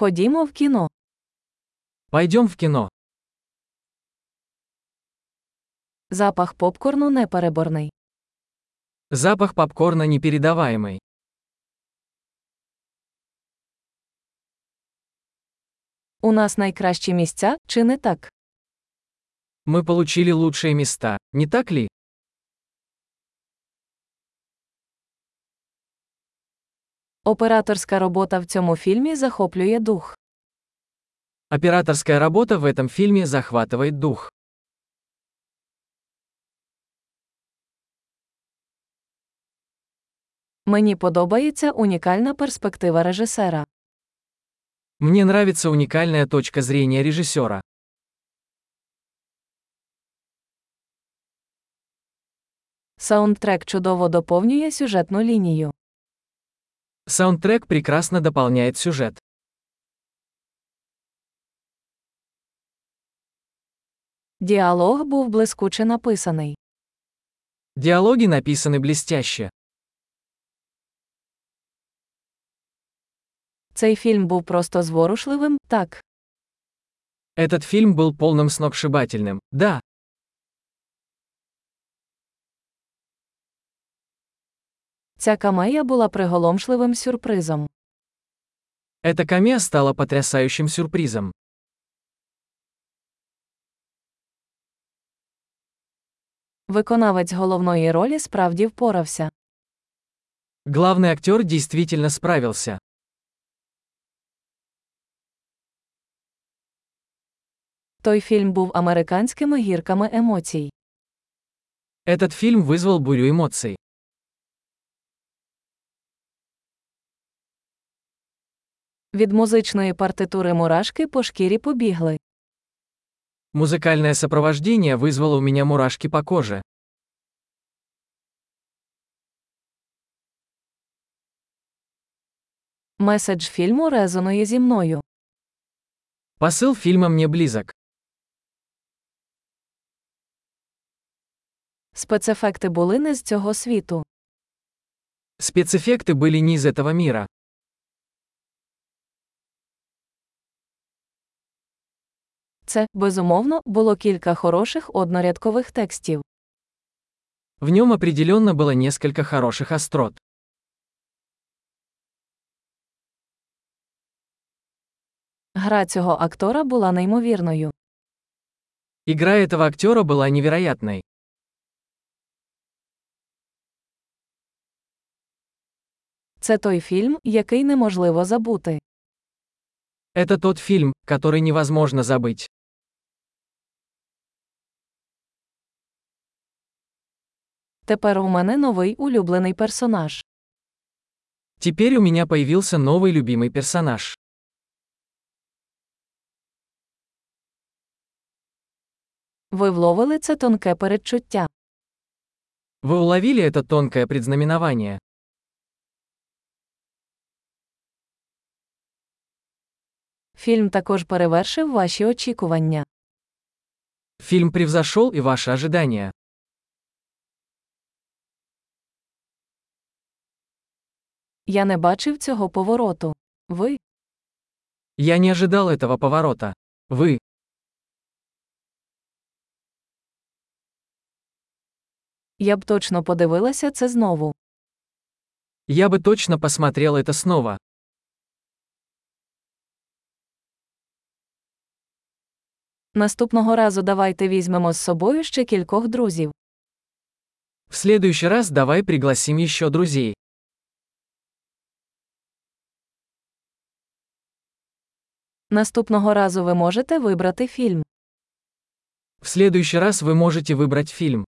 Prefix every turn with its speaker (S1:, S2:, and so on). S1: Ходімо в кіно.
S2: Пойдем в кино.
S1: Запах попкорну непереборний.
S2: Запах попкорна непередаваемый.
S1: У нас найкращі місця, чи не так?
S2: Мы получили лучшие места, не так ли?
S1: Операторська робота в цьому фільмі захоплює дух.
S2: Операторская работа в этом фильме захватывает дух.
S1: Мені подобається унікальна перспектива режисера.
S2: Мне нравится уникальная точка зрения режиссера.
S1: Саундтрек чудово доповнює сюжетну лінію.
S2: Саундтрек прекрасно дополняет сюжет.
S1: Діалог був блискуче написаний.
S2: Диалоги написаны блестяще.
S1: Цей фільм був просто зворушливим, так.
S2: Этот фильм был полным сногсшибательным, да.
S1: Ця камея була приголомшливим сюрпризом.
S2: Эта камея стала потрясающим сюрпризом.
S1: Виконавець головної ролі справді впорався.
S2: Главный актер действительно справился.
S1: Той фільм був американськими гірками емоцій.
S2: Этот фильм вызвал бурю эмоций.
S1: Від музичної партитури мурашки по шкірі побігли.
S2: Музыкальное сопровождение вызвало у меня мурашки по коже.
S1: Меседж фільму резонує зі мною.
S2: Посыл фильма мне близок.
S1: Спецефекти були не з цього світу.
S2: Спецэффекты были не из этого мира.
S1: Це, безумовно, було кілька хороших однорядкових текстів.
S2: В нем определенно было несколько хороших острот.
S1: Гра цього актора була неймовірною.
S2: Игра этого актера была невероятной.
S1: Це той фільм, який неможливо забути.
S2: Это тот фильм, который невозможно забыть.
S1: Тепер у мене новий улюблений персонаж.
S2: Теперь у меня появился новый любимый персонаж.
S1: Ви вловили це тонке передчуття.
S2: Вы уловили это тонкое предзнаменование.
S1: Фільм також перевершив ваші очікування.
S2: Фильм превзошел и ваши ожидания.
S1: Я не бачив цього повороту. Ви
S2: Я не ожидал этого поворота. Вы.
S1: я б точно подивилася це знову.
S2: Я бы точно посмотрел это снова.
S1: Наступного разу давайте візьмемо з собою ще кількох друзів.
S2: В следующий раз давай пригласим еще друзей.
S1: Наступного разу ви можете вибрати фільм.
S2: В следующий раз вы можете выбрать фильм.